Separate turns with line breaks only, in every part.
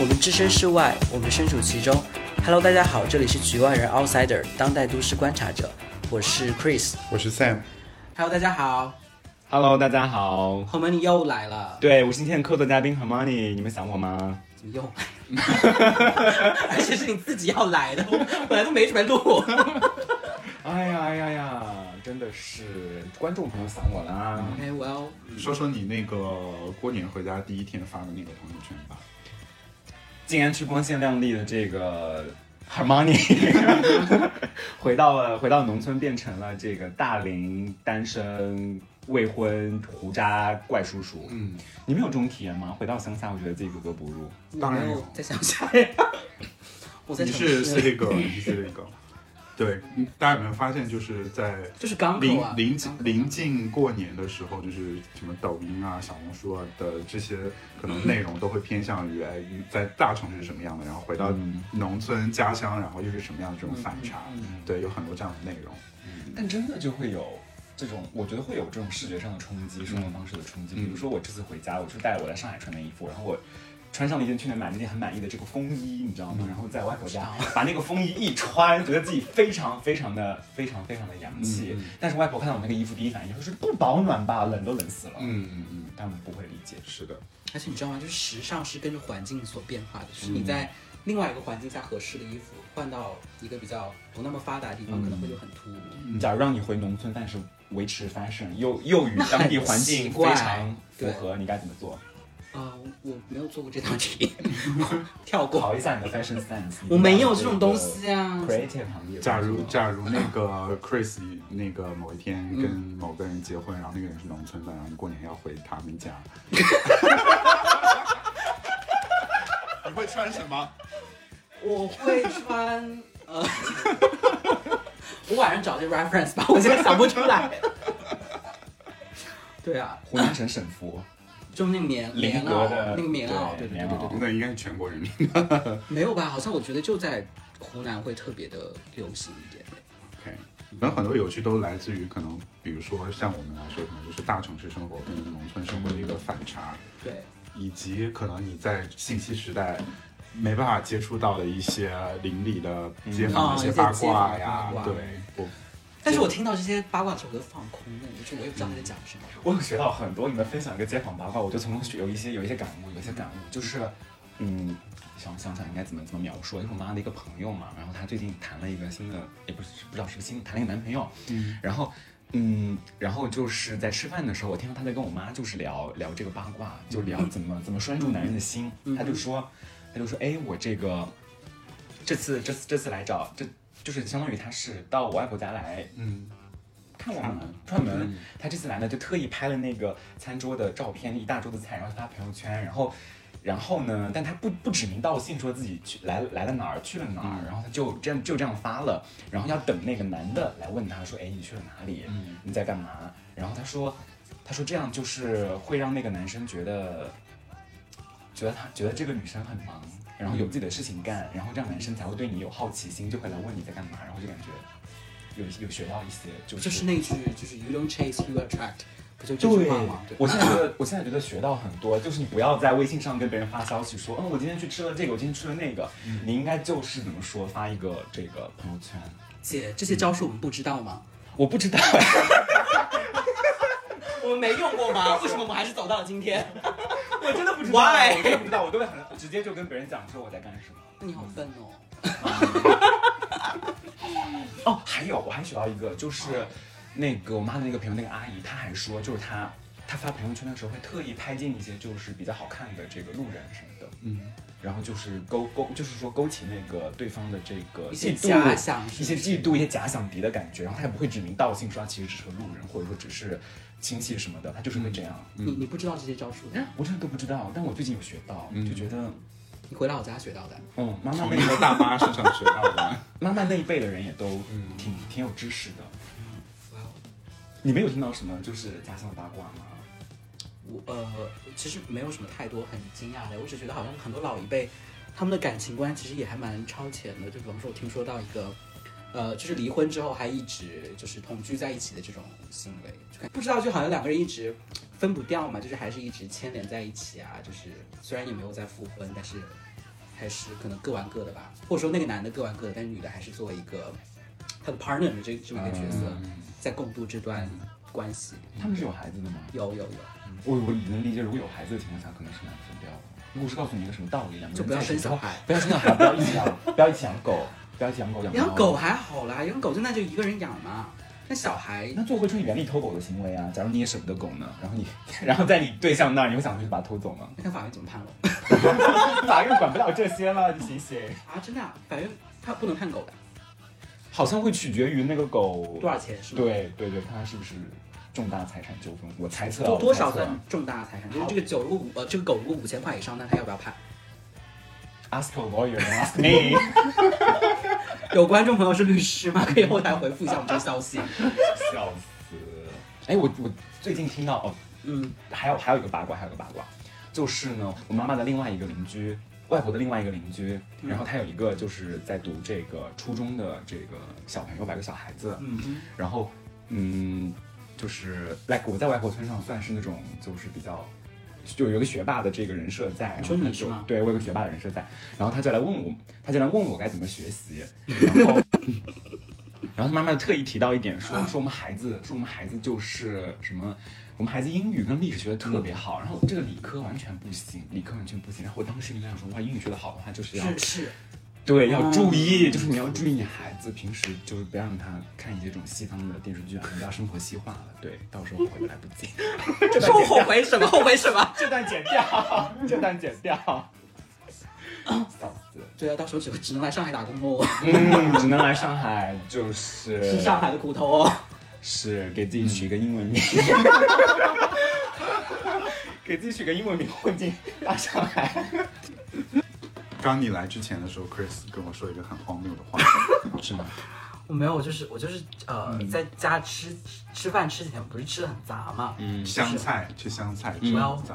我们置身事外，我们身处其中。Hello，大家好，这里是局外人 Outsider 当代都市观察者，我是 Chris。
我是 Sam，
Hello，大家好，
Hello，大家好。
后门你又来了，
对我是今天的客座嘉宾 Hermione，你们想我吗？
怎么又来了？ 而且是你自己要来的，我本来都没准备录。
哎呀哎呀哎呀，真的是观众朋友想我啦。
哎，我要
说说你那个过年回家第一天发的那个朋友圈吧。
竟然去光鲜亮丽的这个 Hermione，回 到了回到农村，变成了这个大龄单身未婚胡渣怪叔叔。嗯，你们有这种体验吗？回到乡下，我觉得自己格格不入。
当然有
我在乡下 呀，我在
你
城
是
市，
city girl，你是 city girl。对，大家有没有发现，就是在
就是港口
临
啊，
临
港口
临近过年的时候，就是什么抖音啊、小红书啊的这些可能内容都会偏向于哎你在大城市是什么样的，然后回到
嗯
农村家乡，然后又是什么样的这种反差。
嗯
对，有很多这样的内容。
但真的就会有这种，我觉得会有这种视觉上的冲击，生活方式的冲击。
嗯
比如说我这次回家，我就带了我在上海穿的衣服，然后我。穿上了一件去年买那件很满意的这个风衣，你知道吗？
嗯
然后在外婆家把那个风衣一穿，觉得自己非常非常的非常非常的洋气。
嗯
但是外婆看到我那个衣服，第一反应就是不保暖吧，冷都冷死了。
嗯嗯嗯，
他们不会理解。
是的。
而且你知道吗？就是时尚是根据环境所变化的，
嗯
就是你在另外一个环境下合适的衣服换到一个比较不那么发达的地方，
嗯
可能会就很突兀。
假如让你回农村，但是维持 fashion 又又与当地环境非常符合，你该怎么做？
啊、我我没有做过这道题， 我跳过，
考一下啊你的 fashion sense。
我没有这种东西啊。
creative 行业。
假如假如那个 Chris 那个某一天跟某个人结婚，然后那个人是农村的，然后你过年要回他们 家，你会穿什么？
我会穿呃， 我晚上找这 reference 吧，我现在想不出来。对啊，
湖南省省服，
就是那个棉棉
菱
袄
格的，
那个棉袄，对
对
对
棉
对对
袄
对，
哦那应该是全国人民。
没有吧？好像我觉得就在湖南会特别的流行一点。
OK，可能很多有趣都来自于可能，比如说像我们来说，可能就是大城市生活跟农村生活的一个反差，
对，
以及可能你在信息时代。没办法接触到的一些邻里的街坊嗯哦的一些八
嗯啊，一些街坊的
卦呀
八卦
对，我
但是我听到这些八卦的时候，我都放空了，就我也不知道他在讲什么。
我有学到很多。你们分享一个街坊八卦，我就从中学有一些有一些感悟，有一些感悟就是，嗯，想想想应该怎么怎么描述。因为我妈的一个朋友嘛，然后她最近谈了一个新的，也不是不知道是不是新的，谈了一个男朋友，
嗯
然后。嗯，然后就是在吃饭的时候，我听到她在跟我妈就是聊聊这个八卦，就聊怎么怎么拴住男人的心。
嗯
她就说，她就说，哎，我这个这次这次这次来找，这就是相当于她是到我外婆家来
嗯，
看我们串门，他这次来呢就特意拍了那个餐桌的照片，一大桌子菜，然后发朋友圈，然后，然后呢，但他不不指名道姓说自己去来来了哪儿去了哪儿，然后他就这样就这样发了，然后要等那个男的来问他说，哎，你去了哪里？
嗯
你在干嘛？然后他说，他说这样就是会让那个男生觉得，觉得他觉得这个女生很忙，然后有自己的事情干，然后这样男生才会对你有好奇心，就会来问你在干嘛，然后就感觉。有有学到一些，就是
就是那句就是 “You don't chase, you attract”，不就这
对
句话吗？对，
我现在觉得，我现在觉得学到很多，就是你不要在微信上跟别人发消息说，嗯，我今天去吃了这个，我今天吃了那个，
嗯
你应该就是怎么说，发一个这个朋友圈。
姐，这些招数我们不知道吗？
我不知道，
我们没用过 吗？为什么我们还是走到了今 天？
我真的不知
Why？
我真的不知道，我都会很直接就跟别人讲说我在干什么。
那你好愤哦！
哦，还有我还学到一个，就是那个我妈的那个朋友那个阿姨，她还说就是她她发朋友圈的时候会特意拍进一些就是比较好看的这个路人什么的，
嗯，
然后就是勾勾，就是说勾起那个对方的这个
一些
嫉妒
假想是
一
不是
些嫉妒、一些假想敌的感觉，然后她也不会指名道姓说她其实只是个路人，或者说只是亲戚什么的，她就是
嗯
会这样。嗯
你你不知道这些招数的，
我真的都不知道，但我最近有学到，
嗯
就觉得，
你回老家学到的。
嗯，妈妈
从
那
那
个
个大妈身上学到的。
妈妈那一辈的人也都
嗯
挺、挺有知识的。
哦
你们有听到什么就是家乡的八卦吗？
我呃，其实没有什么太多很惊讶的，我只觉得好像很多老一辈，他们的感情观其实也还蛮超前的。就比方说，我听说到一个，呃，就是离婚之后还一直就是同居在一起的这种行为，就看不知道就好像两个人一直分不掉嘛，就是还是一直牵连在一起啊。就是虽然也没有再复婚，但是还是可能各玩各的吧，或者说那个男的各玩各的，但女的还是作为一个他的 partner 的这这么一个角色，在共度这段关系。
他们是有孩子的吗？
有有有，
我我能理解，如果有孩子的情况下，可能是难分掉的。故事告诉你一个什么道理？两个人
就不要
在一起
生
之
小
后
孩
不要生小孩，不要一起养，不要一起养狗， 不要一起养狗养猫
养狗。还好啦，养狗就那就一个人养嘛，那小孩
那做会出你原地偷狗的行为啊！假如你也舍不得狗呢，然后你， 然后在你对象那儿，你会想去把它偷走吗？
那看法院怎么判了
法院管不了这些了，你醒醒。
啊？真的啊、法院他不能判狗的，
好像会取决于那个狗
多少钱是吗？
对对对，看它是不是重大财产纠纷。我猜测啊
多多少
我猜测
算
啊
重大财产？就是这个九如果五呃这个狗如果五千块以上，那他要不要判？
？Ask a lawyer, don't ask me 。
有观众朋友是律师吗？可以后台回复一下我们这个消息。
笑死！哎，我我最近听到哦，
嗯，
还有还有一个八卦，还有一个八卦，就是呢，我妈妈的另外一个邻居，外婆的另外一个邻居，然后她有一个就是在读这个初中的这个小朋友吧，有个小孩子，
嗯，
然后嗯，就是 like 我在外婆村上算是那种就是比较。就有一个学霸的这个人设在，然
你
后
说
他
你是
就
吗
对我有个学霸的人设在，然后他就来问我，他就来问我该怎么学习，然后然后他妈妈特意提到一点说，说我们孩子，说我们孩子就是什么，我们孩子英语跟历史学的特别好，然后这个理科完全不行，理科完全不行。然后我当时就想说，哇，英语学的好的话，就是要
是是，
对要注意，就是你要注意你孩子平时就是不要让他看一些这种西方的电视剧啊，不要生活西化了， 对，到时候回不来不及。这段
说我
剪
后
掉，
悔什么？后悔什么？
这段剪掉， 这段剪 掉。笑死！
对啊，到时候只只能来上海打工哦喽，
嗯，只能来上海，就是
吃上海的苦头哦。
是给自己取一个英文 名，给自己取个英文名混进大上海，
刚你来之前的时候，Chris 跟我说一个很荒谬的话，
是吗？
我没有，我就是我就是呃，在家吃吃饭吃之前不是吃的很杂嘛，嗯，
香菜吃香菜，吃
嗯
香菜，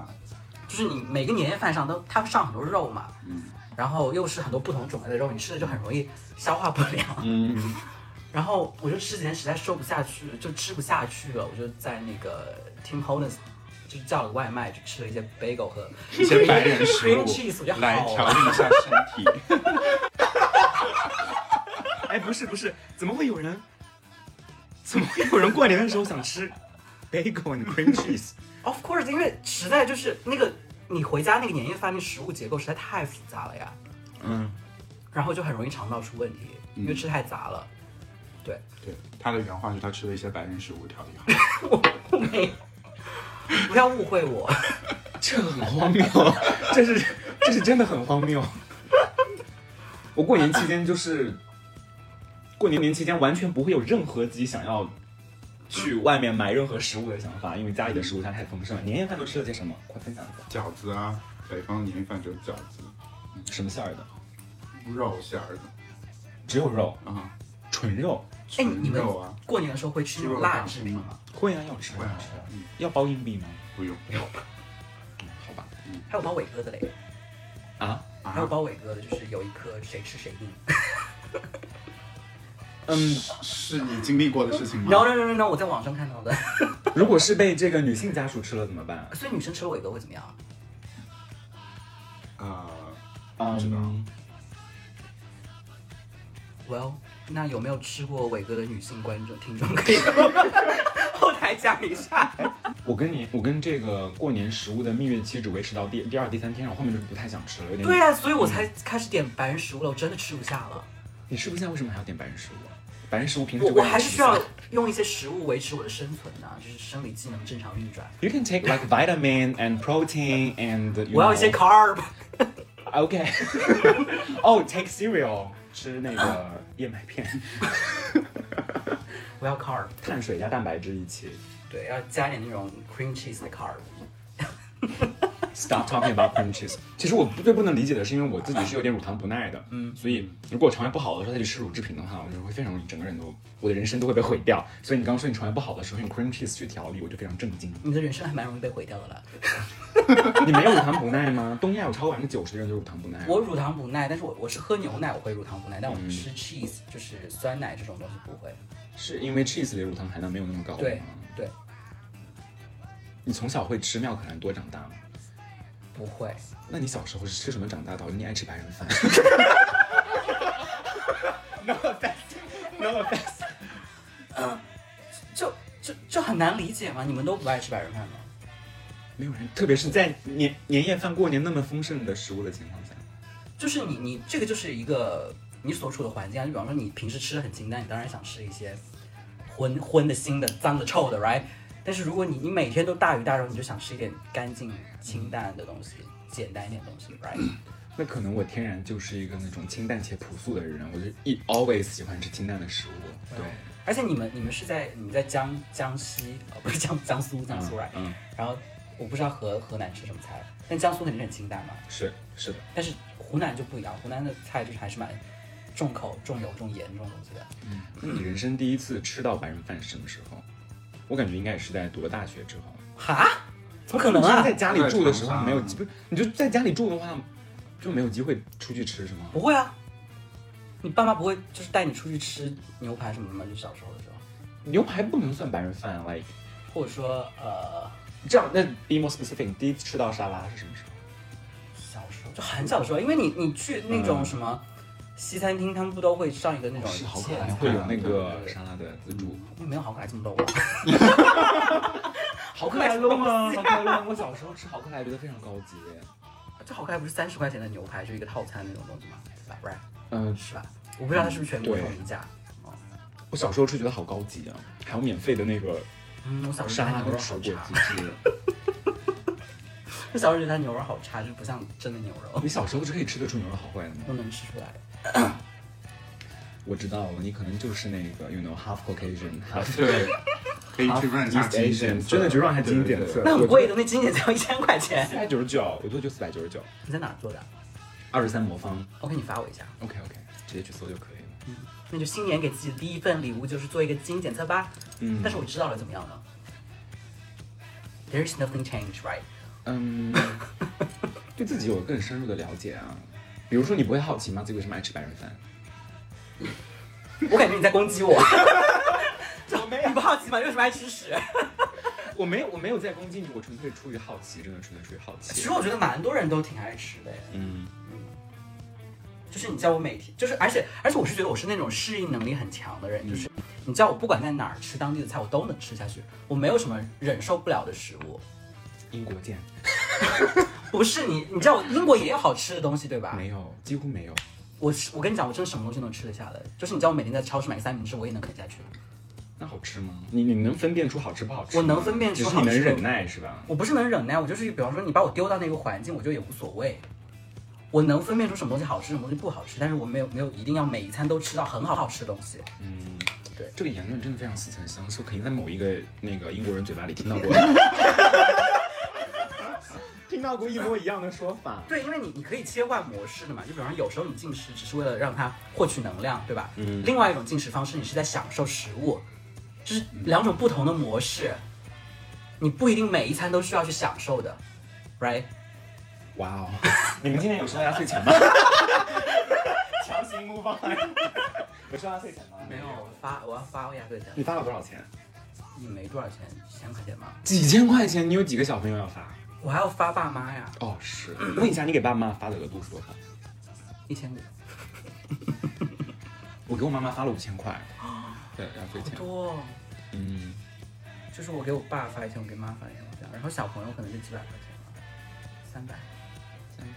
就是你每个年夜饭上都它上很多肉嘛，嗯，然后又是很多不同种类的肉，你吃了就很容易消化不良，
嗯，
然后我就吃前实在瘦不下去，就吃不下去了，我就在那个 Tim Hortons 就叫了个外卖，就吃了一些 bagel 和
一些白人食
cream cheese，我觉
物
得
来
好
调理一下身体。
哎，不是不是，怎么会有人，怎么会有人过年的时候想吃 bagel and cream cheese？
Of course，因为实在就是那个你回家那个年夜饭那食物结构实在太复杂了呀，
嗯，
然后就很容易肠道出问题，因为吃太杂了。 对，
对，他的原话是他吃了一些白人食物调理好。
我没有， 不要误会我。
这很荒谬，这是这是真的很荒谬。我过年期间就是过年年期间完全不会有任何自己想要去外面买任何食物的想法，因为家里的食物它太丰盛了。年夜饭都吃了些什么？快分享一下。
饺子啊，北方年夜饭只有饺子，
什么馅儿的？
肉馅儿的
只有肉，
啊，
纯肉。
哎，
纯
你们
肉啊，
过年的时候会吃那种辣制品吗？
会啊，要吃
会啊嗯
要包硬币吗？
不用
好吧。
还有包伟哥的嘞，
啊，
还有
啊，
包伟哥的，就是有一颗谁吃谁硬。
嗯，
是你经历过的事情 吗？
no no no no no，我在网上看到的。
如果是被这个女性家属吃了怎么办？
所以女生吃了伟哥会怎么样？啊
呃，
啊，
知道
Well，那有没有吃过伟哥的女性观众听众可以 后台讲一下？
我跟你，我跟这个过年食物的蜜月期只维持到第第二、第三天，然后后面就不太想吃了，有点。
对啊，所以我才开始点白人食物了，我真的吃不下了。
你吃不下，为什么还要点白人食物啊？白人食物平时
我
就
我
光
还是
吃
需要
饭
用一些食物维持我的生存呐、就是生理机能正常运转。
You can take like vitamin and protein and. you
我要一些
know-
carb。
OK 。 哦，take cereal，吃那个燕麦片，
我要 carb，
碳水加蛋白质一起。
对，要加点那种 cream cheese 的 carb。
Stop talking about cream cheese。其实我最不能理解的是，因为我自己是有点乳糖不耐的，嗯，所以如果我肠胃不好的时候再去吃乳制品的话，我就会非常容易整个人都，我的人生都会被毁掉。所以你刚刚说你肠胃不好的时候用 cream cheese 去调理，我就非常震惊。
你的人生还蛮容易被毁掉的了。
你没有乳糖不耐吗？东亚有超过百分之九十的人都有乳糖不耐啊。
我乳糖不耐，但是我我是喝牛奶我会乳糖不耐，但我吃 cheese 就是酸奶这种东西不会。
是因为 cheese 里的乳糖含量没有那么高吗？
对对，
你从小会吃妙可蓝多长大吗？
不会，
那你小时候是吃什么长大的？你爱吃白人饭 ？No offense，No offense。
就就就很难理解嘛。你们都不爱吃白人饭吗？
没有人，特别是在年年夜饭、过年那么丰盛的食物的情况下，
就是你你这个就是一个你所处的环境啊。就比方说你平时吃的很清淡，你当然想吃一些荤荤的、腥的、脏的、臭的，right？但是如果你你每天都大鱼大肉，你就想吃一点干净清淡的东西，简单一点的东西，right？
那可能我天然就是一个那种清淡且朴素的人，我就一 always 喜欢吃清淡的食物。对，
而且你们你们是在你们在江江西呃不是江江苏江苏 right？、
嗯，
然后我不知道河河南吃什么菜，但江苏肯定是很清淡嘛。
是是的，
但是湖南就不一样，湖南的菜就是还是蛮重口、重油、重盐这种东西的。
那你人生第一次吃到白人饭是什么时候？我感觉应该也是在读了大学之后。
哈？怎么可能
就是
啊
在？家里住的时
在
候
床上
没有机，不是你就在家里住的话，就没有机会出去吃是吗？
不会啊，你爸妈不会就是带你出去吃牛排什么的吗？就小时候的时候，
牛排不能算白人饭，like
或者说呃，
这样。那 be more specific，你第一次吃到沙拉是什么时候？
小时候就很小的时候，因为你你去那种什么西餐厅，他们不都会上一个那种
嗯哦是好可
哦切
爱，啊
菜啊
会有那
对
个
对对
沙拉的自助。
没有好可爱这么多吧？好可爱
隆啊！好克隆！我小时候吃好克来觉得非常高级。
这好可爱不是三十块钱的牛排就一个套餐那种东西吗？是吧？right
嗯，
是吧？我不知道它是不是全国
对
统一价。哦
我小时候吃觉得好高级啊，还有免费的那个
嗯，我小时候觉
沙
得
拉
它牛
跟
肉
水
好
果
差
鸡，汁。
我小时候觉得它牛肉好差，就不像真的牛肉，
你小时候是可以吃得出牛肉好坏的吗？
都能吃出来。
我知道了，你可能就是那个，you know half Caucasian half
对，可以去
half
润一下
East
基因
Asian，
检测，
真的去润一下基因检测
对对对
那很贵的，那今年只要一千块钱
四。百九十九，我做就四百九十九，
你在哪做的啊
二十三魔方
？OK，你发我一下。
，OK OK，直接去搜就可以了。
那就新年给自己的第一份礼物就是做一个基因检测吧。
嗯
但是我知道了，怎么样呢？There's nothing change, right？
嗯， 对自己有更深入的了解啊。比如说，你不会好奇吗？自己为什么爱吃白人饭？
我感觉你在攻 击我。我没有，你不好奇吗？你为什么爱吃屎？
我没有，我没有在攻击你，我纯粹出于好奇，真的纯粹出于好
其
奇
实。我觉得蛮多人都挺爱吃的耶，
嗯，
就是你叫我每天，就是而且而且我是觉得我是那种适应能力很强的人，就是你叫我不管在哪儿吃当地的菜，我都能吃下去，我没有什么忍受不了的食物。
英国见，
不是你，你知道我英国也有好吃的东西对吧？
没有，几乎没有。
我是我跟你讲，我真的什么东西都能吃得下的，就是你知道我每天在超市买个三明治，我也能啃下去。
那好吃吗？你你能分辨出好吃不好吃吗？
我能分辨出
只是
好
你
吃
能忍耐是吧？
我不是能忍耐，我就是比方说你把我丢到那个环境，我就也无所谓。我能分辨出什么东西好吃，什么东西不好吃，但是我没有没有一定要每一餐都吃到很好好吃的东西。
嗯，
对
这个言论真的非常似曾相识，我肯定在某一个那个英国人嘴巴里听到过， 听到过一模一样的说法。
对，因为你你可以切换模式的嘛，就比方说有时候你进食只是为了让它获取能量，对吧？
嗯
另外一种进食方式，你是在享受食物，就是两种不同的模式，你不一定每一餐都需要去享受的，right？
哇哦，你们今天有收压岁钱吗？ 强行模仿，有收压岁钱吗？
没有，我发我要发欧亚对的，
你发了多少钱？
也没多少钱，几千块钱吗？
几千块钱，你有几个小朋友要发？
我还要发爸妈呀，
哦，是。问一下，你给爸妈发的额度是多少？
一千五，
我给我妈妈发了五千块，对，压岁
好
钱。
多、哦。
嗯，
就是我给我爸发一千，我给妈发一千，这样。然后小朋友可能就几百块钱了，三百、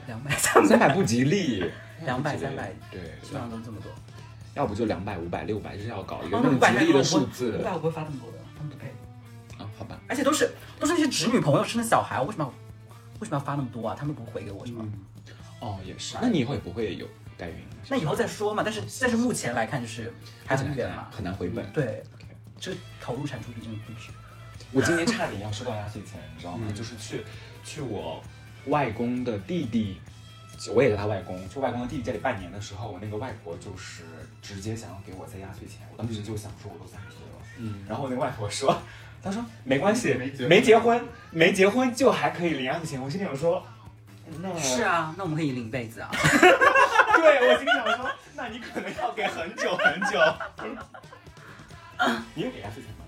两百、三
三
百，
百不吉利，
两百三百
对，
基本上都这么多。
要不就两百、五百、六百，就是要搞一个
哦，那
更
五百
吉利的数字
五百我不会发那么多的，他们不配。
啊。好吧，
而且都是都是那些侄女朋友生的小孩，我为什么要为什么要发那么多啊？他们不回给我是吗？
哦，也是。那你以后也不会有代孕，
那以后再说嘛。但是但是目前来看就是还很远嘛。
很难回 本。
对
OK，
这个投入产出比真的不值。
我今年差点要收到压岁钱，你知道
嗯
吗？就是去去我外公的弟弟，我也是他外公，去外公的弟弟家里拜年的时候，我那个外婆就是直接想要给我塞压岁钱，我当时就想说我都三十岁了，嗯，然后我那个外婆说，她说没关系，
没结婚
没结婚，没结婚就还可以领压岁钱，我心里想说，那
是啊，那我们可以领一辈子啊。
对，我心里想说，那你可能要给很久很 久。你有给压岁钱吗？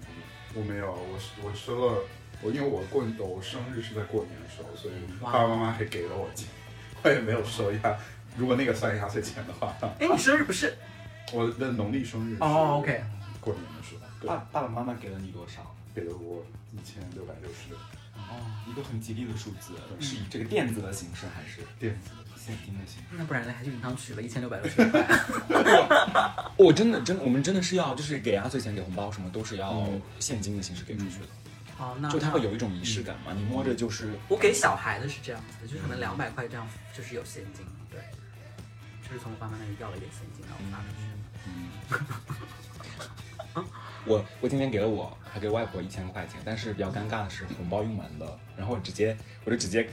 我没有，我是我收了我因为我过我生日是在过年的时候，所以爸爸妈妈还给了我钱，我也没有收压。如果那个算压岁钱的话，
哎，你生日不是？
我的农历生日是
哦，OK
过年的时候，对
爸爸爸妈妈给了你多少？
给了我一千六百六十
哦，一个很吉利的数字，是以这个电子的形式还是
嗯电子。
现金的形式？
那不然呢？还去银行取了一千六百六十 块。
我真的真的，我们真的是要就是给压岁钱、给红包什么都是要
嗯
现金的形式给出去的，
哦，那
就它会有一种仪式感嘛。你摸着就是
我给小孩的是这样子的，就是可能两百块这样，就是有现金，对，就是从我爸妈那里要了一点现金，然后发出去。
我我今天给了我还给外婆一千块钱，但是比较尴尬的是红包用完了，然后我直接我就直接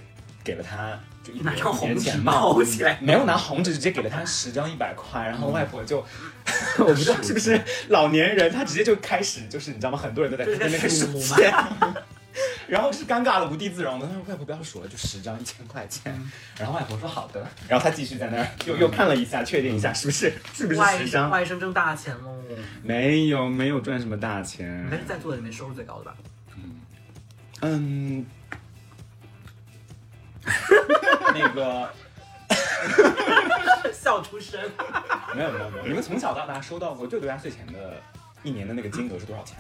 给了她就一
拿
百
张红
年
纸
钱嘛，
包起来，
没有拿红纸，直接给了他十张一百块，然后外婆就，
嗯
我不知道是不是老年人，他直接就开始就是你知道吗？很多人都在
就是
那边
开始
数
数
钱， 然后就是尴尬的无地自容的，他说外婆不要数了，就十张一千块钱，
嗯
然后外婆说好的，然后他继续在那儿又又看了一下，确定一下是不是是不是
外
十张，
外甥挣大钱喽！
没有没有赚什么大
你还
钱，
是在座的里面收入最高的吧？
嗯， 那个
笑出声。
没有没有没有，你们从小到大收到过最多压岁钱的一年的那个金额是多少钱？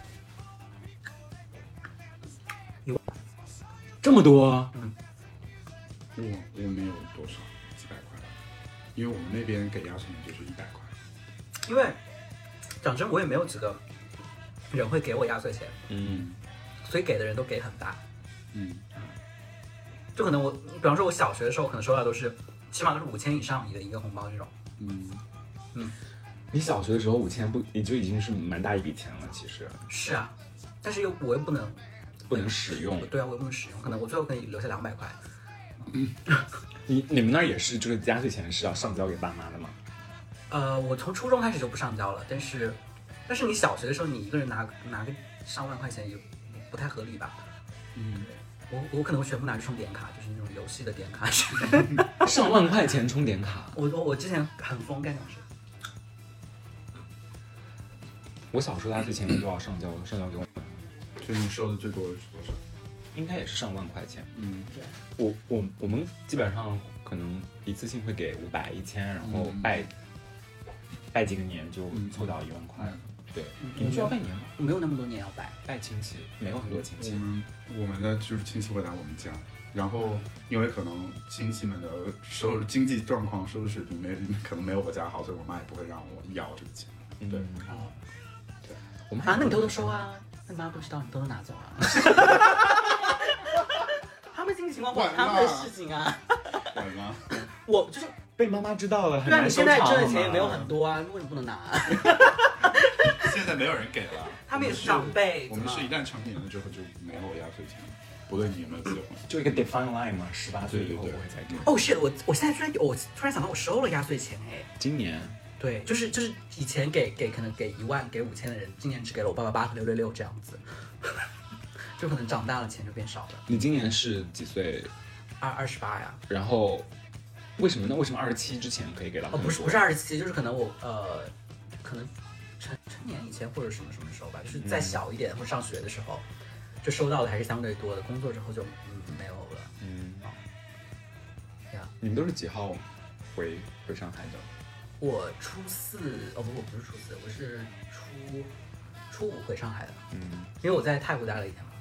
这么多？
我我没有多少，几百块吧，因为我们那边给压岁钱就是一百块。
因为讲真，我也没有几个人会给我压岁钱，
嗯
所以给的人都给很大。
嗯，
就可能我，比方说我小学的时候，可能收到都是起码都是五千以上一个一个红包这种。
嗯，
你小学的时候五千不，你就已经是蛮大一笔钱了，其实
是啊，但是又我又不能
不能使用。
对啊，我又不能使用，可能我最后可以留下两百块。
你你们那儿也是，就是压岁钱是要上交给爸妈的吗？
呃，我从初中开始就不上交了，但是，但是你小学的时候，你一个人拿拿个上万块钱也不太合理吧？
嗯，
我我可能全部拿去充点卡，就是那种游戏的点卡。
啊上万块钱充点卡，
我我我之前很疯干这种事，
我小时候压岁钱都要上交，上交给我，
所以你收的最多的是多少？
应该也是上万块钱。
嗯，
我我我们基本上可能一次性会给五百一千，然后
嗯
拜、拜几个年就
嗯
凑到一万块。
嗯
对，你们需要拜年吗？
我没有那么多年要摆。
拜亲戚，没有很多亲
我
戚。
们我们的就是亲戚会来我们家，然后因为可能亲戚们的收入经济状况、收入水平没可能没有我家好，所以我妈也不会让我要这个钱。
嗯
对
哦，
我们还
啊，那你偷偷收啊？
嗯
那你妈不知道，你偷偷拿走啊？ 他们经济情况不好，他们的事情啊。
对吗？
我就是，
被妈妈知道了，很
对啊，
难
你
收
现
场
在挣的钱也没有
好
很
吗。
多啊，为什么不能拿啊？
现在没有人给了，
他们也是长辈
我们是
怎么
一旦成年了之后就没有压岁钱了。不论你有没有 结婚，
就一个 define line 嘛，十八岁以后
对对对
我会再给。
哦、shit！我我现在居然有，我突然想到我收了压岁钱哎。
今年
对，就是就是以前给给可能给一万给五千的人，今年只给了我八八八和六六六这样子， 就可能长大了钱就变少了。
你今年是几岁？
二二十八呀？
然后为什么呢？为什么二十七之前可以给到？
哦，不是不是，二十七，就是可能我呃，可能成成年以前或者什么什么时候吧，就是
嗯
再小一点、或者上学的时候，就收到的还是相对多的，工作之后就嗯没有了。哦
嗯，
呀，
你们都是几号回回上海的？
我初四哦不，我不是初四，我是初初五回上海的，
嗯，
因为我在泰国待了一天嘛。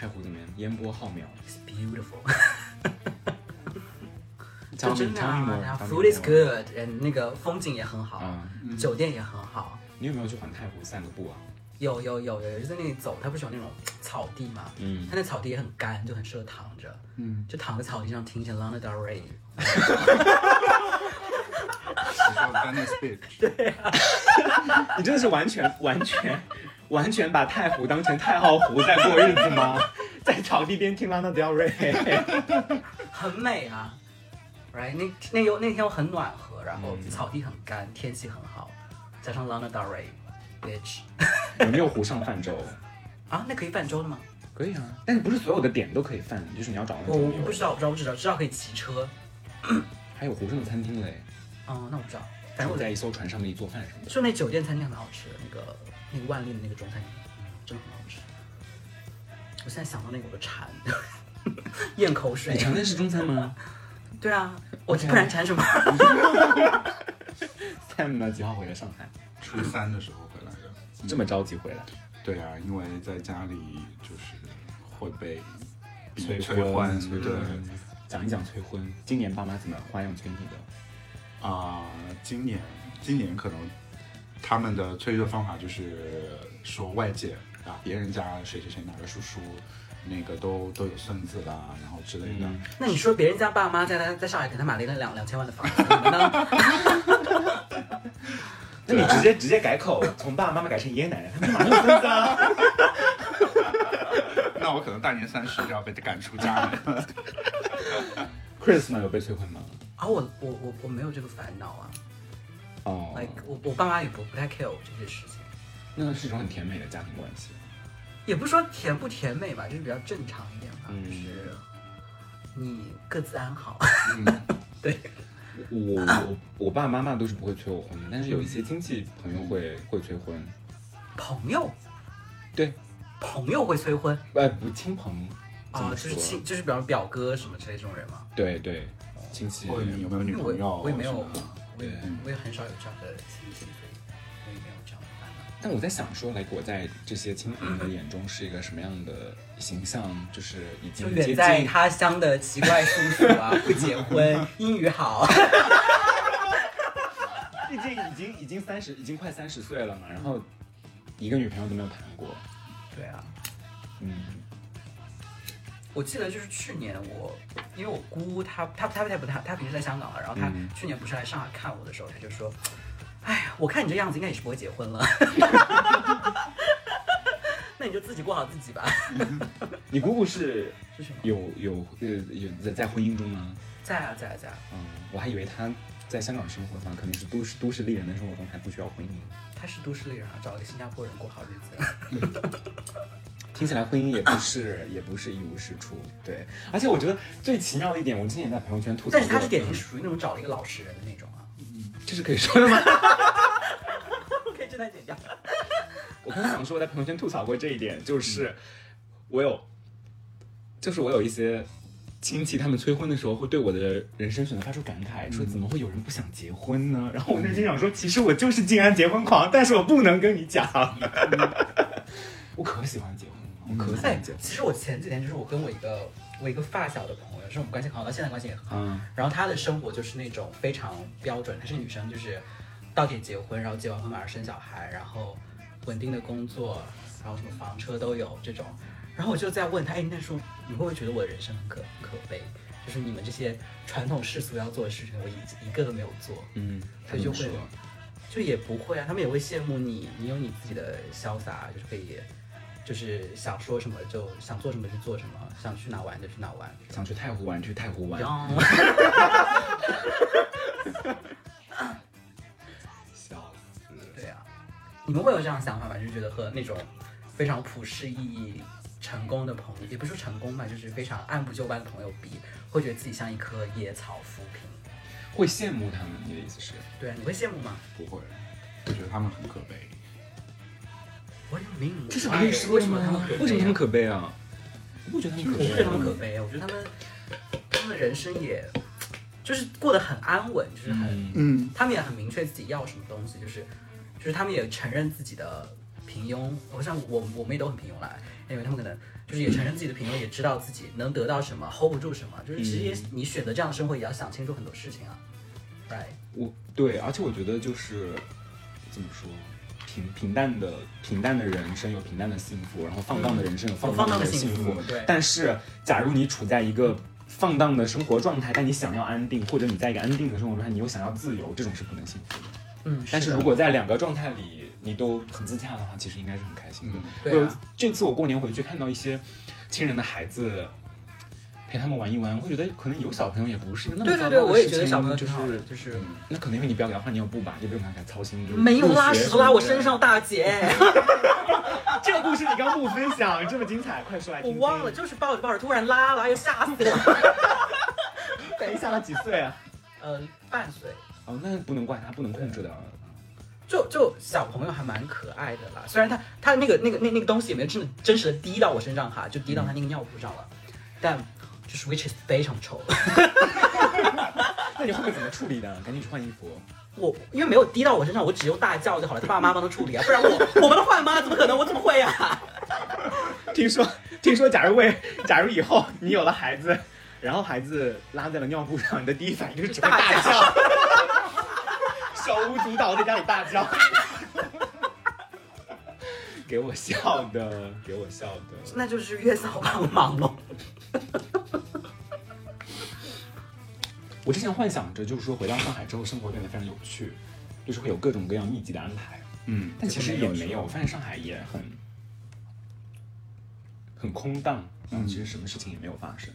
太湖怎么样？烟波浩渺。
It's beautiful。 就
Tell me-
真的
tell me
啊
more,
然后
tell me
，food is
more
good，嗯，那个风景也很好，
啊、
酒店也很好。
你有没有去环太湖散个步啊？
有有有有，就在那里走，它不是有那种草地嘛，
嗯
它那草地也很干，就很适合躺着，
嗯，
就躺在草地上听一些 Lana Del Rey。
你说 Venice Beach，
你真的是完全完全完全把太湖当成太浩湖在过日子吗？ 在草地边听拉娜del Rey，
很美啊。Right，那那有那天我很暖和，然后草地很干，天气很好，加上 Lana Del Rey，bitch
有没有湖上泛舟？
啊，那可以泛舟的吗？
可以啊，但是不是所有的点都可以泛，就是你要找那
我
种
我不
有，
知道，我不知道，我只知道知道可以骑车。
还有湖上的餐厅嘞，
嗯，那我不知道，反正
住
我
在一艘船上面做饭什么的。
就那酒店餐厅很好吃，那个那个万丽的那个中餐厅，嗯真的很好吃。我现在想到那个我都馋， 咽口水
你。常在吃中餐 吗？
对啊，我
OK
不然馋什么？
Sam 呢？几号回了上海？
初三的时候回来的。
嗯这么着急回来？
对啊，因为在家里就是会被
催
催
婚，
对
对，讲一讲催婚。今年爸妈怎么花样催你的？
啊、今年今年可能他们的催育的方法就是说外界啊，别人家谁谁谁哪个叔叔，那个都都有孙子啦，然后之类的。
那你说别人家爸妈在在在上海给他买了一个两两千万的房子，你们呢？
那你直接直接改口，从爸爸妈妈改成爷爷奶奶，他们马上就分家。
那我可能大年三十就要被赶出家门。
Chris 呢？有被催婚吗？
啊，我我我我没有这个烦恼啊
哦
，like 我我爸妈也不不太 care 我这些事情，
那是一种很甜美的家庭关系。
也不是说甜不甜美吧，就是比较正常一点
嗯
吧，就是你各自安好。
我
啊
我我爸爸妈妈都是不会催我婚的，但是有一些亲戚朋友会会催婚。
朋友，
对，
朋友会催婚
呃，不亲朋怎
啊，
么
就是
说？
亲，就是比方表哥什么之类这种人嘛。
对对，亲戚。
哦
或者你有没有女
因为
朋友？
啊
我我也没有
或者什么，
我也
对
我也很少有这样的心情，所以我也没有这样的烦恼。
但我在想说，来我在这些亲朋的眼中是一个什么样的形象？就是已
就
经接
远
近
在他乡的奇怪叔叔啊，不结婚，英语好，
毕竟已经已经三十，已经快三十岁了嘛，然后一个女朋友都没有谈过，
对啊。
嗯，
我记得就是去年我，因为我姑她她她她不她她平时在香港了，然后她
嗯
去年不是来上海看我的时候，她就说：“哎呀，我看你这样子应该也是不会结婚了， 那你就自己过好自己吧。
你姑姑是
是什么
有有呃有在在婚姻中吗？”
在啊在啊在啊，
嗯，我还以为她在香港生活的话，可能是都市都市丽人的生活中还不需要婚姻，
她是都市丽人啊，找一个新加坡人过好日子。
听起来婚姻 也不是也不是一无是处，对，而且我觉得最奇妙的一点，我之前也在朋友圈吐槽过，
但是她是典型属于那种找了一个老实人的那种啊。
这是可以说的吗？
可以这段剪掉。
我刚刚想说，我在朋友圈吐槽过这一点，就是我有，就是我有一些亲戚，他们催婚的时候会对我的人生选择发出感慨，说怎么会有人不想结婚呢？然后我内心想说，其实我就是静安结婚狂，但是我不能跟你讲， 我可喜欢结婚了，我可喜
哎
欢结，婚，
其实我前几天就是我跟我一个我一个发小的朋友，是我们关系很好，到现在关系也很好。
嗯，
然后她的生活就是那种非常标准，她是女生，就是到点结婚，然后结完婚马上生小孩，然后稳定的工作，然后什么房车都有这种。然后我就在问她，哎，那时候你会不会觉得我的人生很可可悲？就是你们这些传统世俗要做的事情，我一一个都没有做。
嗯，
他就会
这么说
就也不会啊，他们也会羡慕你，你有你自己的潇洒，就是可以，就是想说什么就想做什么就做什么，想去哪玩就去哪玩。
想去太湖玩去太湖玩，笑死了。
对啊，你们会有这样的想法吗？就觉得和那种非常普世意义成功的朋友，也不是说成功吧，就是非常按部就班的朋友比，会觉得自己像一棵野草浮萍。
会羡慕他们，你的意思是？
对啊，你会羡慕吗
不会，我觉得他们很可悲。
？What do you mean？
我跟你说
为什么他们可悲啊
哎为什么他们可悲啊？我不觉得他们
我不
可悲、
觉
啊，
得他们可悲，我觉得他们他们的人生也就是过得很安稳，就是很、
嗯，
他们也很明确自己要什么东西，就是就是他们也承认自己的平庸，好像我我们也都很平庸啦，因为他们可能就是也承认自己的平庸，也知道自己能得到什么，hold 不住什么，就是其实也你选择这样的生活，也要想清楚很多事情啊，right？
我对，而且我觉得就是怎么说，平平淡的平淡的人生有平淡的幸福，然后放荡的人生有放
嗯放荡
的
的幸
幸
福对
但是，假如你处在一个放荡的生活状态，但你想要安定，或者你在一个安定的生活状态，你又想要自由，这种是不能幸福的。
嗯，
但是
的
如果在两个状态里你都很自洽的话，其实应该是很开
嗯
心的。
对啊
我这次我过年回去看到一些亲人的孩子，陪他们玩一玩，会觉得可能有小朋友也不是一个那么
对
糟
对
糕的
对，
事
我也
情
觉得小朋友
就
挺
是
好的，就是。
那可能因为你不要给他换尿布吧，就不用给他操心。就是
没有
入
啦，
学
石头拉我
什么
身
的。
上，大姐，
这个故事你刚不分享，这么精彩，快说来听
我
听。
忘了，，就是抱着抱着突然拉了，哎呦吓死了。
等一下，他几岁啊？
呃，半岁，
哦，那不能怪他，不能控制的。
就就小朋友还蛮可爱的啦，虽然他他那个那个那那个东西也没有真的真实的滴到我身上哈，就滴到他那个尿布上了，但就是 which is 非常臭。
那你后面怎么处理的？赶紧去换衣服。
我因为没有滴到我身上，我只用大叫就好了，他爸妈帮他处理啊，不然我我帮他换吗？怎么可能？我怎么会啊？
听说，听说，假如为，假如以后你有了孩子，然后孩子拉在了尿布上，你的第一反应就是只会大叫， 手舞足蹈在家里大 叫，给我笑的，给我笑的。
那就是月嫂帮忙喽。
我之前幻想着，就是说回到上海之后，生活变得非常有趣，就是会有各种各样密集的安排，
嗯，
但其实也没有，我发现上海也很很空荡，嗯，其实什么事情也没有发生。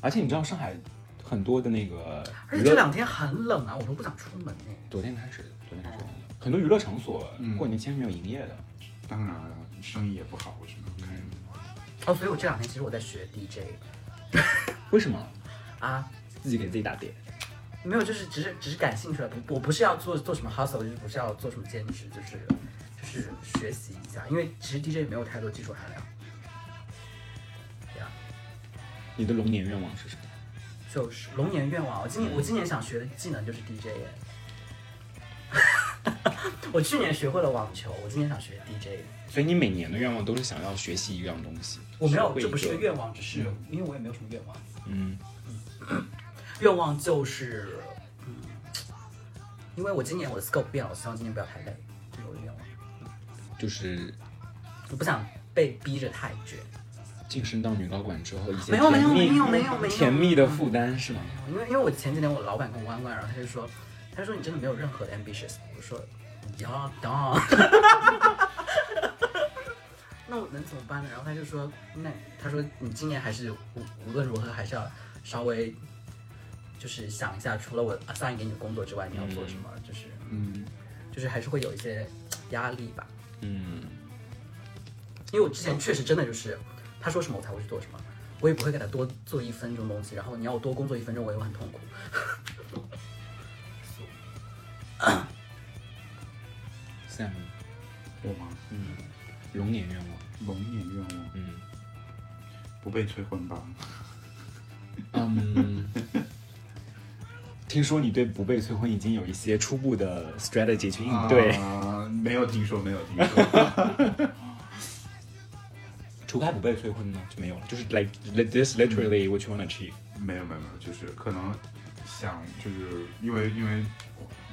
而且你知道上海很多的那个
而
娱
且这
乐
两，天很冷啊，我都不想出门哎、
昨天开始，昨天开始很多娱乐场所过年期间是没有营业的，
当然了，生意也不好，为什么要开？
嗯
哦，所以我这两天其实我在学 DJ
为什么？
啊，
自己给自己打点。
没有，就是只是只是感兴趣了，不，我不是要做做什么 hustle，就是不是要做什么兼职，就是就是学习一下，因为其实 DJ 没有太多技术含量。对啊，
你的龙年愿望是什么？
就是龙年愿望，我今年我今年想学的技能就是 DJ 耶。 我去年学会了网球，我今年想学 DJ。
所以你每年的愿望都是想要学习一样东西。
我没有，
学会
这不是
一
个愿望，只是因为我也没有什么愿望。
嗯，
愿望就是，嗯，因为我今年我的 scope 变了，我希望今年不要太累，这是我的愿望。
就是
我不想被逼着太卷。
晋升到女高管之后，一些
没有
甜蜜
没有没有没有没有
甜蜜的负担是吗？
因为因为我前几天我老板跟我弯弯，然后他就说，他说你真的没有任何的 ambitious。我说，要当。 那我能怎么办呢？然后他就说，那他说你今年还是无无论如何还是要稍微，就是想一下，除了我 assign 给你的工作之外，你要做什么？就是
嗯，
就是还是会有一些压力吧。
嗯，
因为我之前确实真的就是，他说什么我才会去做什么，我也不会给他多做一分钟东西。然后你要我多工作一分钟，我也会很痛苦。
羡慕
我吗？
龙年愿望。
龙年愿望
嗯
不被催婚吧？
嗯，听说你对不被催婚已经有一些初步的 strategy 去应嗯对，
啊没有听说，没有听 说。
除开不被催婚呢就没有了，就是 like like this literally what you wanna achieve。
没有没有没有，就是可能想就是因为因为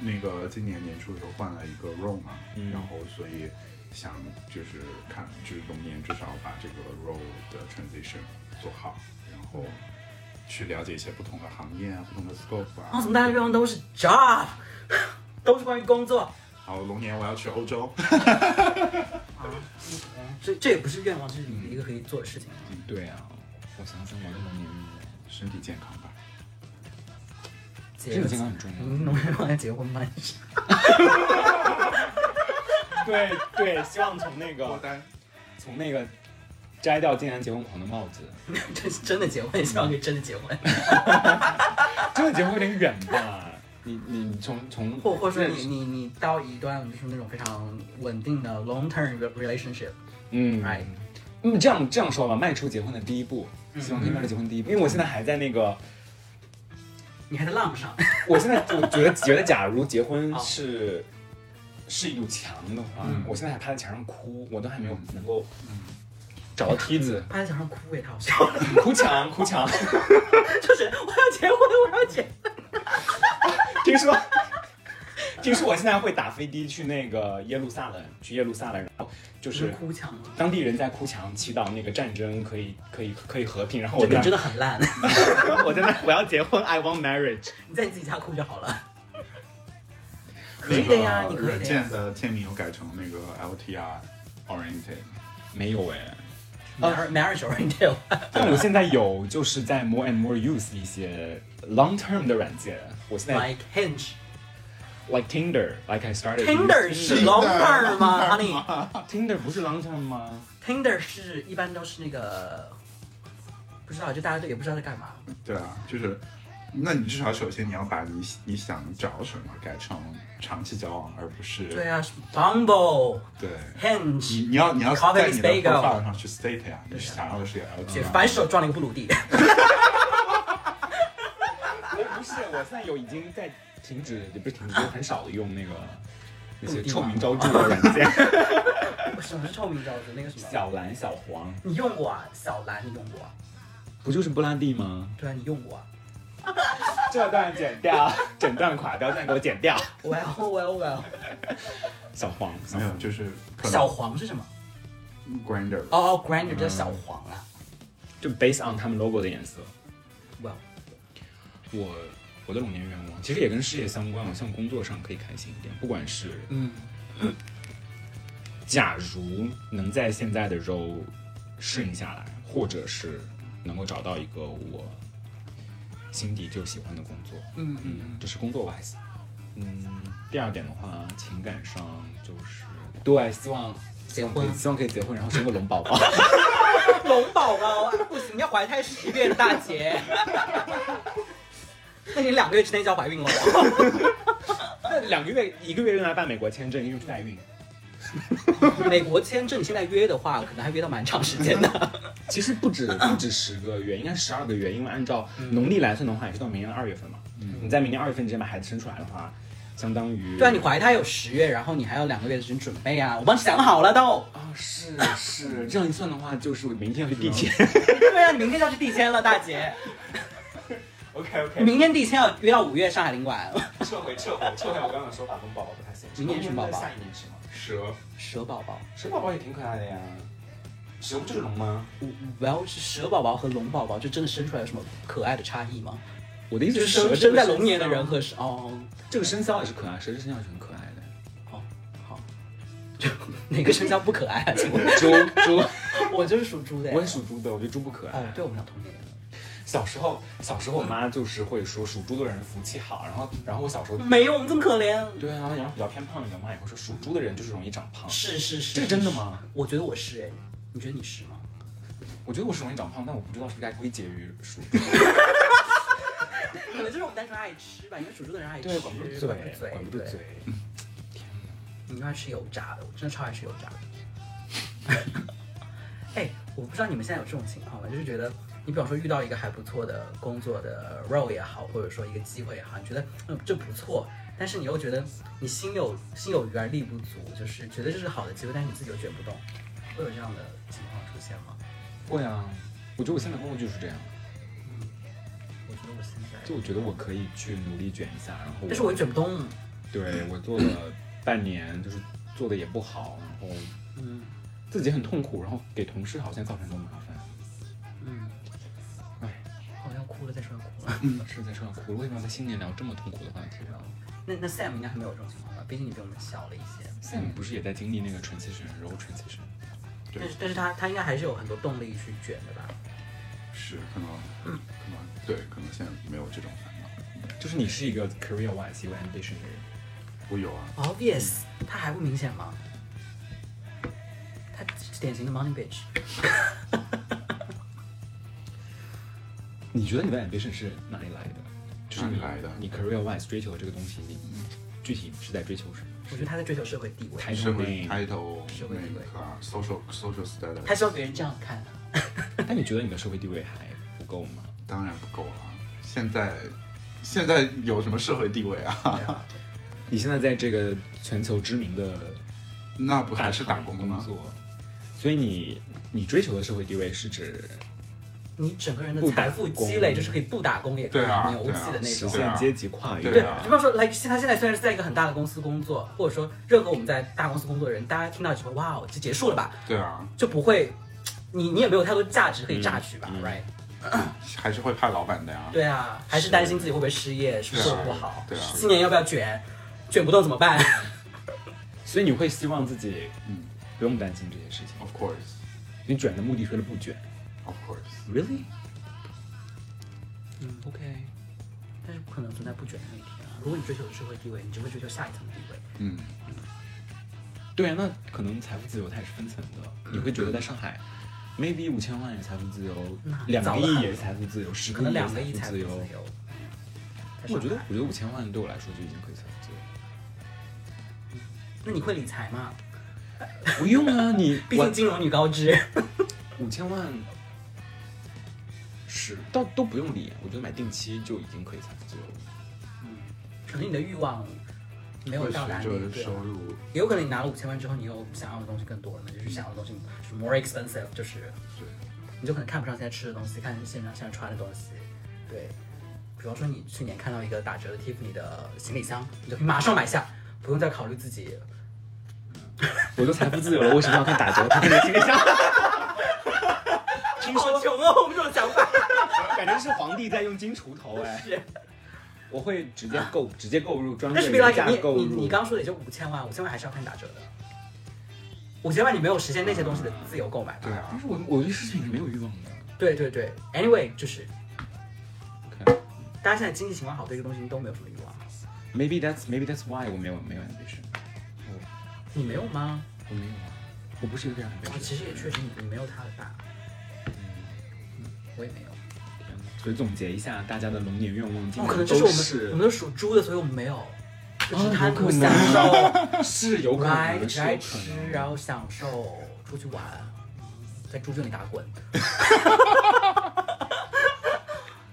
那个今年年初的时候换了一个 role 嘛，
嗯
然后所以想就是看就是龙年至少把这个 role 的 transition 做好，然后去了解一些不同的行业啊，不同的 scope 啊。
然后怎么大家愿望都是 job，都是关于工作。
好，龙年我要去欧洲。
这这也不是愿望，这是你的一个可以做的事情。
对啊，我想想我的龙年愿望，
身体健康吧。
结
身体健
婚，嗯
康 很重要。
你能不能结婚吧？
对对，希望从那个
单
从那个摘掉竟然结婚狂的帽子，
这是真的结婚，希望可以真的结婚，
嗯真的结婚有点远吧？你你从从
或或者说你你你到一段就是那种非常稳定的 long term relationship，
嗯
Right
嗯，这样这样说吧，迈出结婚的第一步，希望可以迈出结婚第一步，因为我现在还在那个，
你还在浪上。
我现在我觉得觉得，假如结婚
好
是是一堵墙的话，我现在还趴在墙上哭，我都还没有能够找到梯子，
趴在墙上哭也太好笑了，
哭墙哭墙。
就是我要结婚，我要结婚。
听说，听说我现在会打飞的去那个耶路撒冷，去耶路撒冷，然后
就
就
是
是
哭腔吗？
当地人在哭墙祈祷那个战争可以可以可以和平，然后我
这
在
梗真的很烂，
我在那我要结婚，I want marriage。
你在你自己家哭就好了。可
那
以的呀，你
个
可
软
以的呀。
件的签名又改成那个 LTR oriented。
没有哎、
Mar- Marriage oriented，
但我现在有就是在 more and more use 一些 long term 的软件，我现在
like Hinge。
like Tinder，like I started 啊
Tinder 啊是 long term 吗，Honey？Tinder
Tinder 不是 long term 吗？
是一般都是那个，不知道，就大家都也不知道在干嘛。
对啊，就是那你至少首先你要把你你想找什么改成长期交往，而不是
对啊，Bumble、
对
Hinge，
你你要你要
Coffee
在
with
你的
bagel
头发上去 state 呀、你想要的是 L
姐
G
啊反手撞了一个布鲁地。
我不是，我现在有已经在停止，也不是停止，就很少的用那个那些臭名昭著的软件，
什么是臭名昭著？那个什么？
小蓝、小黄，
你用过啊？小蓝你用过啊？
不就是布拉蒂吗？
对啊，你用过 啊？
这段剪掉，整段垮掉，再给我剪掉。
well well well，
小黄，
没有，就是可
小
能
黄是什么？
Grinder
哦哦，Grander 叫小黄啊。
就 based on 他们 logo 的颜色。
Well，
我我的龙年愿望其实也跟事业相关，我希望工作上可以开心一点，不管是
嗯，
假如能在现在的 role 适应下来，或者是能够找到一个我心底就喜欢的工作，
嗯嗯
嗯，这是工作 wise。嗯，第二点的话，情感上就是对，希望
结婚
希望可以结婚，然后生个龙宝宝。
龙宝宝啊，不行，你要怀胎十月的大姐。 那你两个月之内就要怀孕 了。
那 两个月，一个月用来办美国签证，一个月代孕。
美国签证你现在约的话，可能还约到蛮长时间 的。
其实不止不止十个月，应该十二个月，因为按照农历来算的话，也是到明年的二月份嘛。你在明年二月份之前把孩子生出来的话，相当于
对啊，你怀胎有十月，然后你还有两个月的时间准备啊。我帮你想好了都。
啊是是，这样一算的话，就是我明天要去地铁。
对啊，你明天就要去递签了，大 姐。
OK
你
OK，
明天递签要约到五月上海领馆。
撤回撤回撤回我刚刚的说法，龙宝宝不太行。
明年是宝宝
下一年是吗？
蛇
蛇宝宝
蛇宝宝也挺可爱的呀，蛇不就是龙吗？
，Well 是蛇宝宝和龙宝宝，就真的生出来有什么可爱的差异吗？
我的意思
就是是生
蛇
生在龙年的人和蛇哦
这个生肖也是可爱，蛇这生肖也是很可爱的。
哦好，就哪个生肖不可爱啊？请问，
猪 猪，
我就是属猪的。
我也。属猪的，我觉得猪不可爱。
哦，对，我们俩同年。
小时候，小时候我妈就是会说属猪的人福气好，然后，然后我小时候，
没有，我们这么可怜。
对啊，然后比较偏胖一点，我妈也会说属猪的人就是容易长胖。
是是是，
这真的吗？
我觉得我是哎，你觉得你是吗？
我觉得我是容易长胖，但我不知道是不是该归结于属猪。
可能就是我们单纯爱吃吧，因为属猪的人爱吃，
对，管嗯不住嘴，管不住
对
嘴。
你应该吃油炸的，我真的超爱吃油炸的。 哎，我不知道你们现在有这种情况吗？就是觉得你比方说遇到一个还不错的工作的 role 也好，或者说一个机会也好，你觉得嗯这不错，但是你又觉得你心有心有余而力不足，就是觉得这是好的机会，但是你自己又卷不动，会有这样的情况出现吗？
会啊，我觉得我现在工作就是这样，
嗯我觉得我现在，
就我觉得我可以去努力卷一下，然后
但是我卷不动。
对我做了半年，就是做的也不好，然后
嗯
自己很痛苦，然后给同事好像造成很多麻烦。
嗯，
哎，
好像哭了，再说要哭了。
嗯
嗯是在车上哭，为什么要在新年聊这么痛苦的话题呢？
那那 Sam 应该还没有这种情况吧？毕竟你比我们小了一些。
现在不是也在经历那个 transition，然后 transition，
对
但是但是他他应该还是有很多动力去卷的吧？
是可能
嗯
可能对，可能现在没有这种烦恼。
就是你是一个 career wise 有 ambition 的人，
我有啊，
哦 Obvious，他嗯还不明显吗？他典型的 money bitch。
你觉得你的 ambition 是哪里来的？就是
哪里
你
来的
你 career wise 追求的这个东西，你具体是在追求什么？
我觉得他在追求社会地位，
抬头
社会
name，
title
社会地位
那个啊 social social
他
status，
希望别人这样看他。
但你觉得你的社会地位还不够吗？
当然不够了。现在现在有什么社会地位啊？
你现在在这个全球知名的
那不还是打工
工
吗？
作，所以你你追求的社会地位是指
你整个人的财富积累就是可以不打工也可以
对啊
牛气的那
实
种。
现阶级跨越？
对
对
啊，
比方说，来，他现在虽然是在一个很大的公司工作，或者说任何我们在大公司工作的人，大家听到就说哇，就结束了吧，
对啊，
就不会，你你也没有太多价值可以榨取吧、
嗯嗯
r i g h t
还是会怕老板的呀。
对啊，还是担心自己会不会失业，是不是
是
做不好？
对啊
今年要不要卷？卷不动怎么办？
啊所以你会希望自己
嗯
不用担心这些事情。
，of course，of
你卷的目的是为了不卷
course，
，really？
嗯，OK。但是不可能存在不卷的那一天啊！如果你追求的社会地位，你只会追求下一层的地位。
嗯，
对啊，那可能财富自由它也是分层的。你会觉得在上海，maybe 五千万也财富自由
那，
两个
早
亿
了
啊也是财富自由，十
可
个
能
亿
两个
也
亿
是财
才
富
不
自
自
由，
由。在
我
上
觉得
海，
我觉得五千万对我来说就已经可以算是了。
那你会理财吗？
不用啊，你
毕
我
竟金融女高知，
五千万是倒都不用理，我觉得买定期就已经可以财富自由了。
可能你的欲望没有
会
到达
随
那一
着
个
收。入，
也有可能你拿了五千万之后，你又想要的东西更多了，就是想要的东西就是 more expensive，就是你就可能看不上现在吃的东西，看现在现在穿的东西。对，比方说你去年看到一个打折的 Tiffany 的行李箱，你就马上买下，不用再考虑自己。
我都财富自由了，为什么要看打折？他跟你听一下，听
好穷哦，我们这种想法。
感觉是皇帝在用金锄头哎。
是
我会直接购，直接购入 专
但是
柜
别来
原
讲，
价购
你
入。
你你刚说的也就五千万，五千万还是要看打折的。五千万你没有实现那些东西的自由购买吧？
对
但
啊，
是我我对事情是没有欲望的。
对对对，anyway 就是，
OK。
大家现在经济情况好，对这个东西都没有什么欲望。
Maybe that's maybe that's why 我没有没有 ambition，我
你没有吗？
我没有啊，我不是一个非常 ambition
啊，
的人。
其实也确实你你没有他的大，嗯，我也没有。
所以总结一下大家的龙年愿望，今
哦，
年
可能就
都
是我们
是
我们都属猪的，所以我们没有，就是
啊
贪
有
图
可能
享受，
是有可
来
能，是
来
有
吃
可，能。
然后享受，出去玩，在猪圈里打 滚，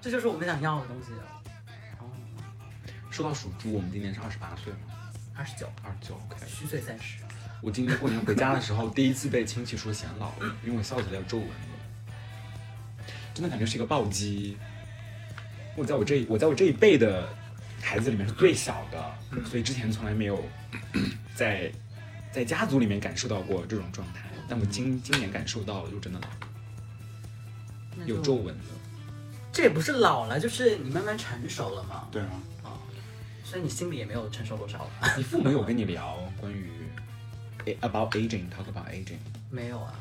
这就是我们想要的东西。哦，
说到属猪，我们今年是二十八岁嘛，
二十九，
二十九 OK。
虚岁三十，
我今年过年回家的时候，第一次被亲戚说显老了，因为我笑起来有皱纹了，真的感觉是一个暴击。我在我这一我在我这一辈的孩子里面是最小的，所以之前从来没有 在在家族里面感受到过这种状态，但我今今年感受到了，就真的老了
那就
有皱。纹了。
这也不是老了，就是你慢慢成熟了嘛。
对啊，
啊，所以你心里也没有成熟多少了。
你父母有跟你聊关于 a- about aging talk about aging？
没有啊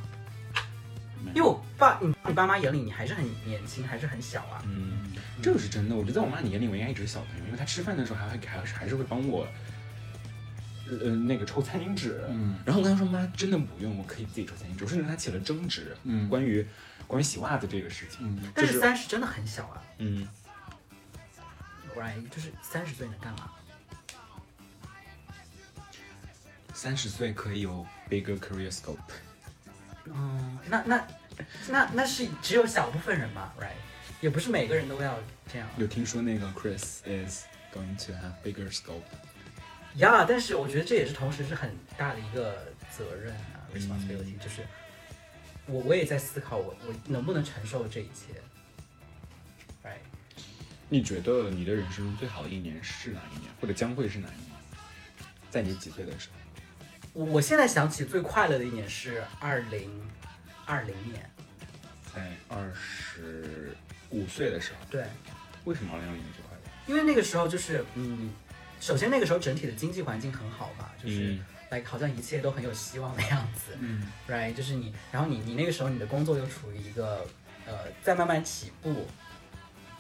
没，有
因为我爸你你爸妈眼里你还是很年轻，还是很小啊。
嗯，这个是真的。我觉得在我妈眼里，我应该一直是小朋友，因为她吃饭的时候还会还还是会帮我，呃，那个抽餐巾纸。
嗯，
然后我跟她说：“妈，真的不用，我可以自己抽餐巾纸。”我甚至跟她起了争执，
嗯
关于关于洗袜子这个事情。
嗯，
但
就是是
三十真的很小啊
嗯，
，right？就是三十岁能干嘛？
三十岁可以有 bigger career scope。
嗯，那那那那是只有小部分人嘛，right？也不是每个人都要这样。
有听说那个 Chris is going to have bigger scope？
呀但是我觉得这也是同时是很大的一个责任啊，responsibility，、就是我我也在思考我我能不能承受这一切，right？
你觉得你的人生中最好的一年是哪一年，或者将会是哪一年？在你几岁的时候？
我我现在想起最快乐的一年是二零二零年，
在二十五岁的时候。
对，
为什么二零二零年最快乐？
因为那个时候就是嗯，首先那个时候整体的经济环境很好吧，就是、
嗯
like 好像一切都很有希望的样子，
嗯
，right？就是你，然后你你那个时候你的工作又处于一个呃在慢慢起步，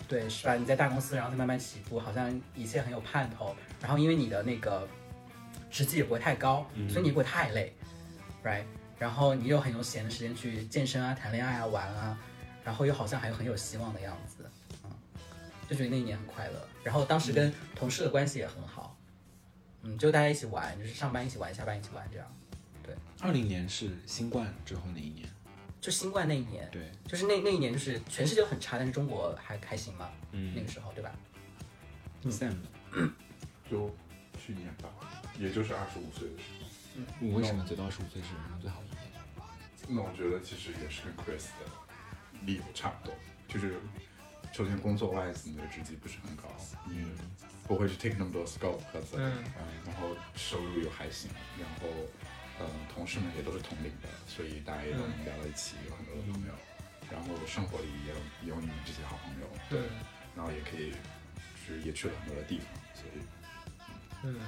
对，是吧？你在大公司，然后再慢慢起步，好像一切很有盼头。然后因为你的那个职级也不会太高，
嗯
所以你也不会太累，right？然后你又很有闲的时间去健身啊、谈恋爱啊、玩啊，然后又好像还有很有希望的样子，嗯，就觉得那一年很快乐。然后当时跟同事的关系也很好，嗯，就大家一起玩，就是上班一起玩，下班一起玩这样。
二零年是新冠之后那一年。
就新冠那一年，
对，
就是那那一年就是全世界都很差，但是中国还还行嘛，那
嗯
个时候对吧？
，Sam，
就去年吧，也就是二十五岁的时候。
你为什么觉得二十五岁是人生最好的一年？
那我觉得其实也是跟 Chris 的理由差不多，就是首先工作 wise 你的职级不是很高，你
嗯
不会去 take 那么多 scope 和责任，
嗯
嗯，然后收入又还行，然后呃同事们也都是同龄的，所以大家也都能聊到一起，有很多的朋友，
嗯
然后生活里也有也有你们这些好朋友，
对，
然后也可以就是也去了很多的地方，所以
嗯，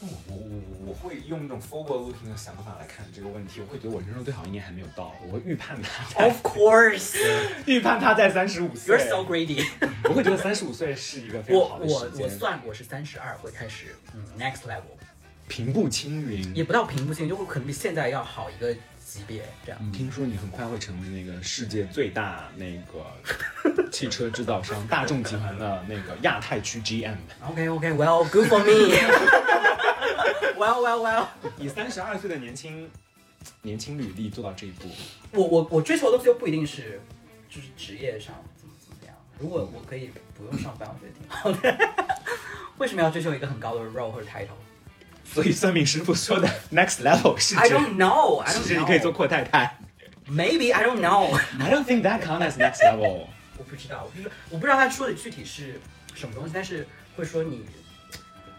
我我我会用一种 forward looking 的想法来看这个问题，我会觉得我人生最好一年还没有到，我会预判它
Of course,
哦预判它在三十五
you're
岁。
so greedy
我会觉得三十五岁是一个 非
我。我
常好的时
我
间，
算我是三十二会开始，嗯，next level
平步青云。
也不到平步青云，就会可能比现在要好一个
嗯
级别这样。
听说你很快会成为那个世界最大那个汽车制造 商大众集团的那个亚太区 GM，
OK OK Well Good for me 。Well Well Well，
以三十二岁的年轻年轻履历做到这一 步，
我我我追求的东西又不一定是就是职业上怎么怎么样。如果我可以不用上班，我觉得挺好的。 为什么要追求一个很高的 role 或者 title？
所以算命师傅说的 next level 是
I
指
don't know. I
是
don't
指
know.
你可以做阔太太。
Maybe I don't know.
I don't think that counts as next level。
我不知道，我不知道，我不知道他说的具体是什么东西，但是会说你，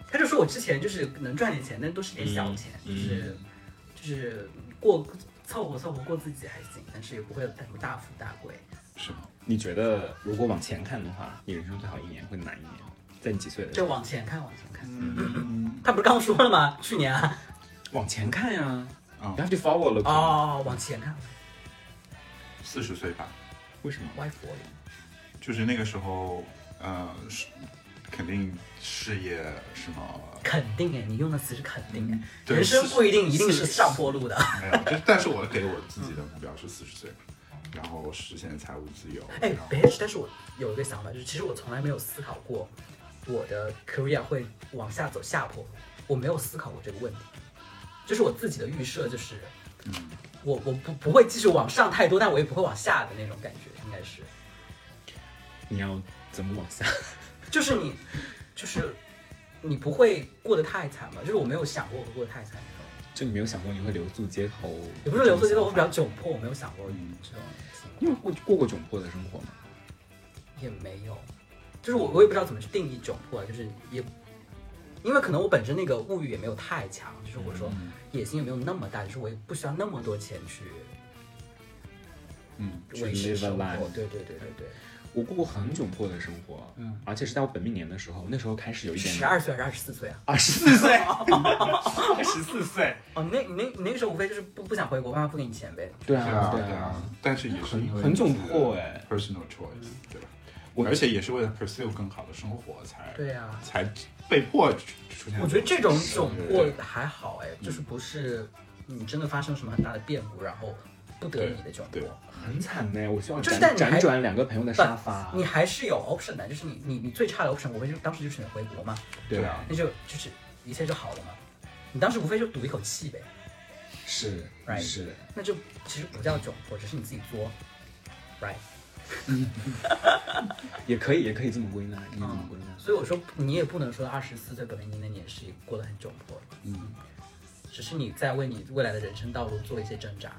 他就说我之前就是能赚点钱，但都是点小钱，
嗯
就是就是过凑合凑合过自己还行，但是也不会什么大富大贵。
是吗？
你觉得如果往前看的话，你人生最好一年会哪一年？在你几岁的时
就
候？
往前看，往前看。
嗯，
他不是刚说了吗？去年啊，
往前看呀、
啊
You have to forward look。
哦，往前看
四十岁吧，
为什么？
，Y f o
就是那个时候，呃，是肯定事业什么
肯定哎，你用的词是肯定哎，
嗯对
人生不一定
是
一定是上坡路的。
没有，就是但是我给我自己的目标是四十岁，然后实现财务自由。
哎
然后
，bitch！但是我有一个想法，就是其实我从来没有思考过我的 career 会往下走下坡，我没有思考过这个问题。就是我自己的预设，就是
嗯，
我我不不会继续往上太多，但我也不会往下的那种感觉，应该是。
你要怎么往下？
就是你，就是你不会过得太惨吧？就是我没有想过我会过得太惨，
就你没有想过你会留宿街头？
也不是留子觉得我比较窘迫，我没有想过
嗯
这种情况。
你有过过过窘迫的生活吗？
也没有，就是我我也不知道怎么去定义窘迫，就是也，因为可能我本身那个物欲也没有太强，就是我说野心也没有那么大，就是我也不需要那么多钱去
嗯
去
维持
live a
生活
life。
对对对对对，
我过过很窘迫的生活，嗯，而且是在我本命年的时候，那时候开始有一点
十二岁还是二十四岁啊？
二十四 岁，十四岁，
哦，你那你那你那个时候无非就是不不想回国，妈妈不给你钱呗。
对
对
啊，
啊，对
啊
啊，，但是也是因为
很窘迫哎
，personal choice，对吧？
我
而且也是为了 pursue 更好的生活才
对啊，
才被迫出现。
我觉得这种窘迫
对
还好哎，就是不是你真的发生什么很大的变故，然后不得已的窘
对
迫
对。
很惨呢。我需要
就是
辗
但你还
辗转两个朋友的沙发，啊
你还是有 option 的，就是你你你最差的 option，无非就是当时就选回国嘛，
对啊，
那就就是一切就好了嘛。你当时无非就赌一口气呗，
是
Right
是。
那就其实不叫窘迫，只是你自己作，right？
也可以，也可以这么归纳，你怎么
嗯
归纳？
所以我说你也不能说二十四岁本命年那年是过得很窘迫，
嗯，
只是你在为你未来的人生道路做一些挣扎，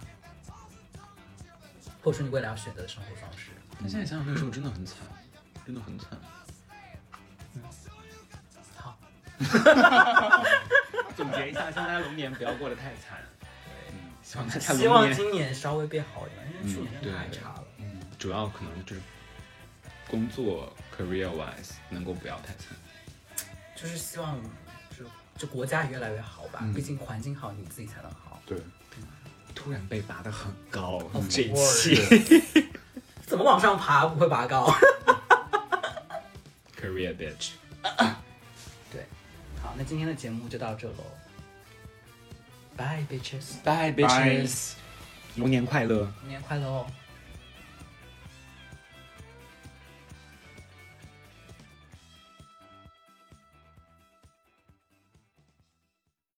或者说你未来要选择的生活方式。
但现在想想，那个时候真的很惨，真的很惨。
好，
总结一下，希望大家龙年不要过得太惨。嗯希 望大家
希
龙
望
年嗯
今年稍微变好一点，因为去年真的太差了。
主要可能就是工作 career wise 能够不要太惨。
就是希望就就国家越来越好吧，
嗯
毕竟环境好，你自己才能好。
对，
突然被拔得很高，
Of
这一
course
期
怎么往上爬不会拔高？
career bitch。
对，好，那今天的节目就到这喽，Bye bitches，
Bye bitches，龙年快乐。
新年快乐哦！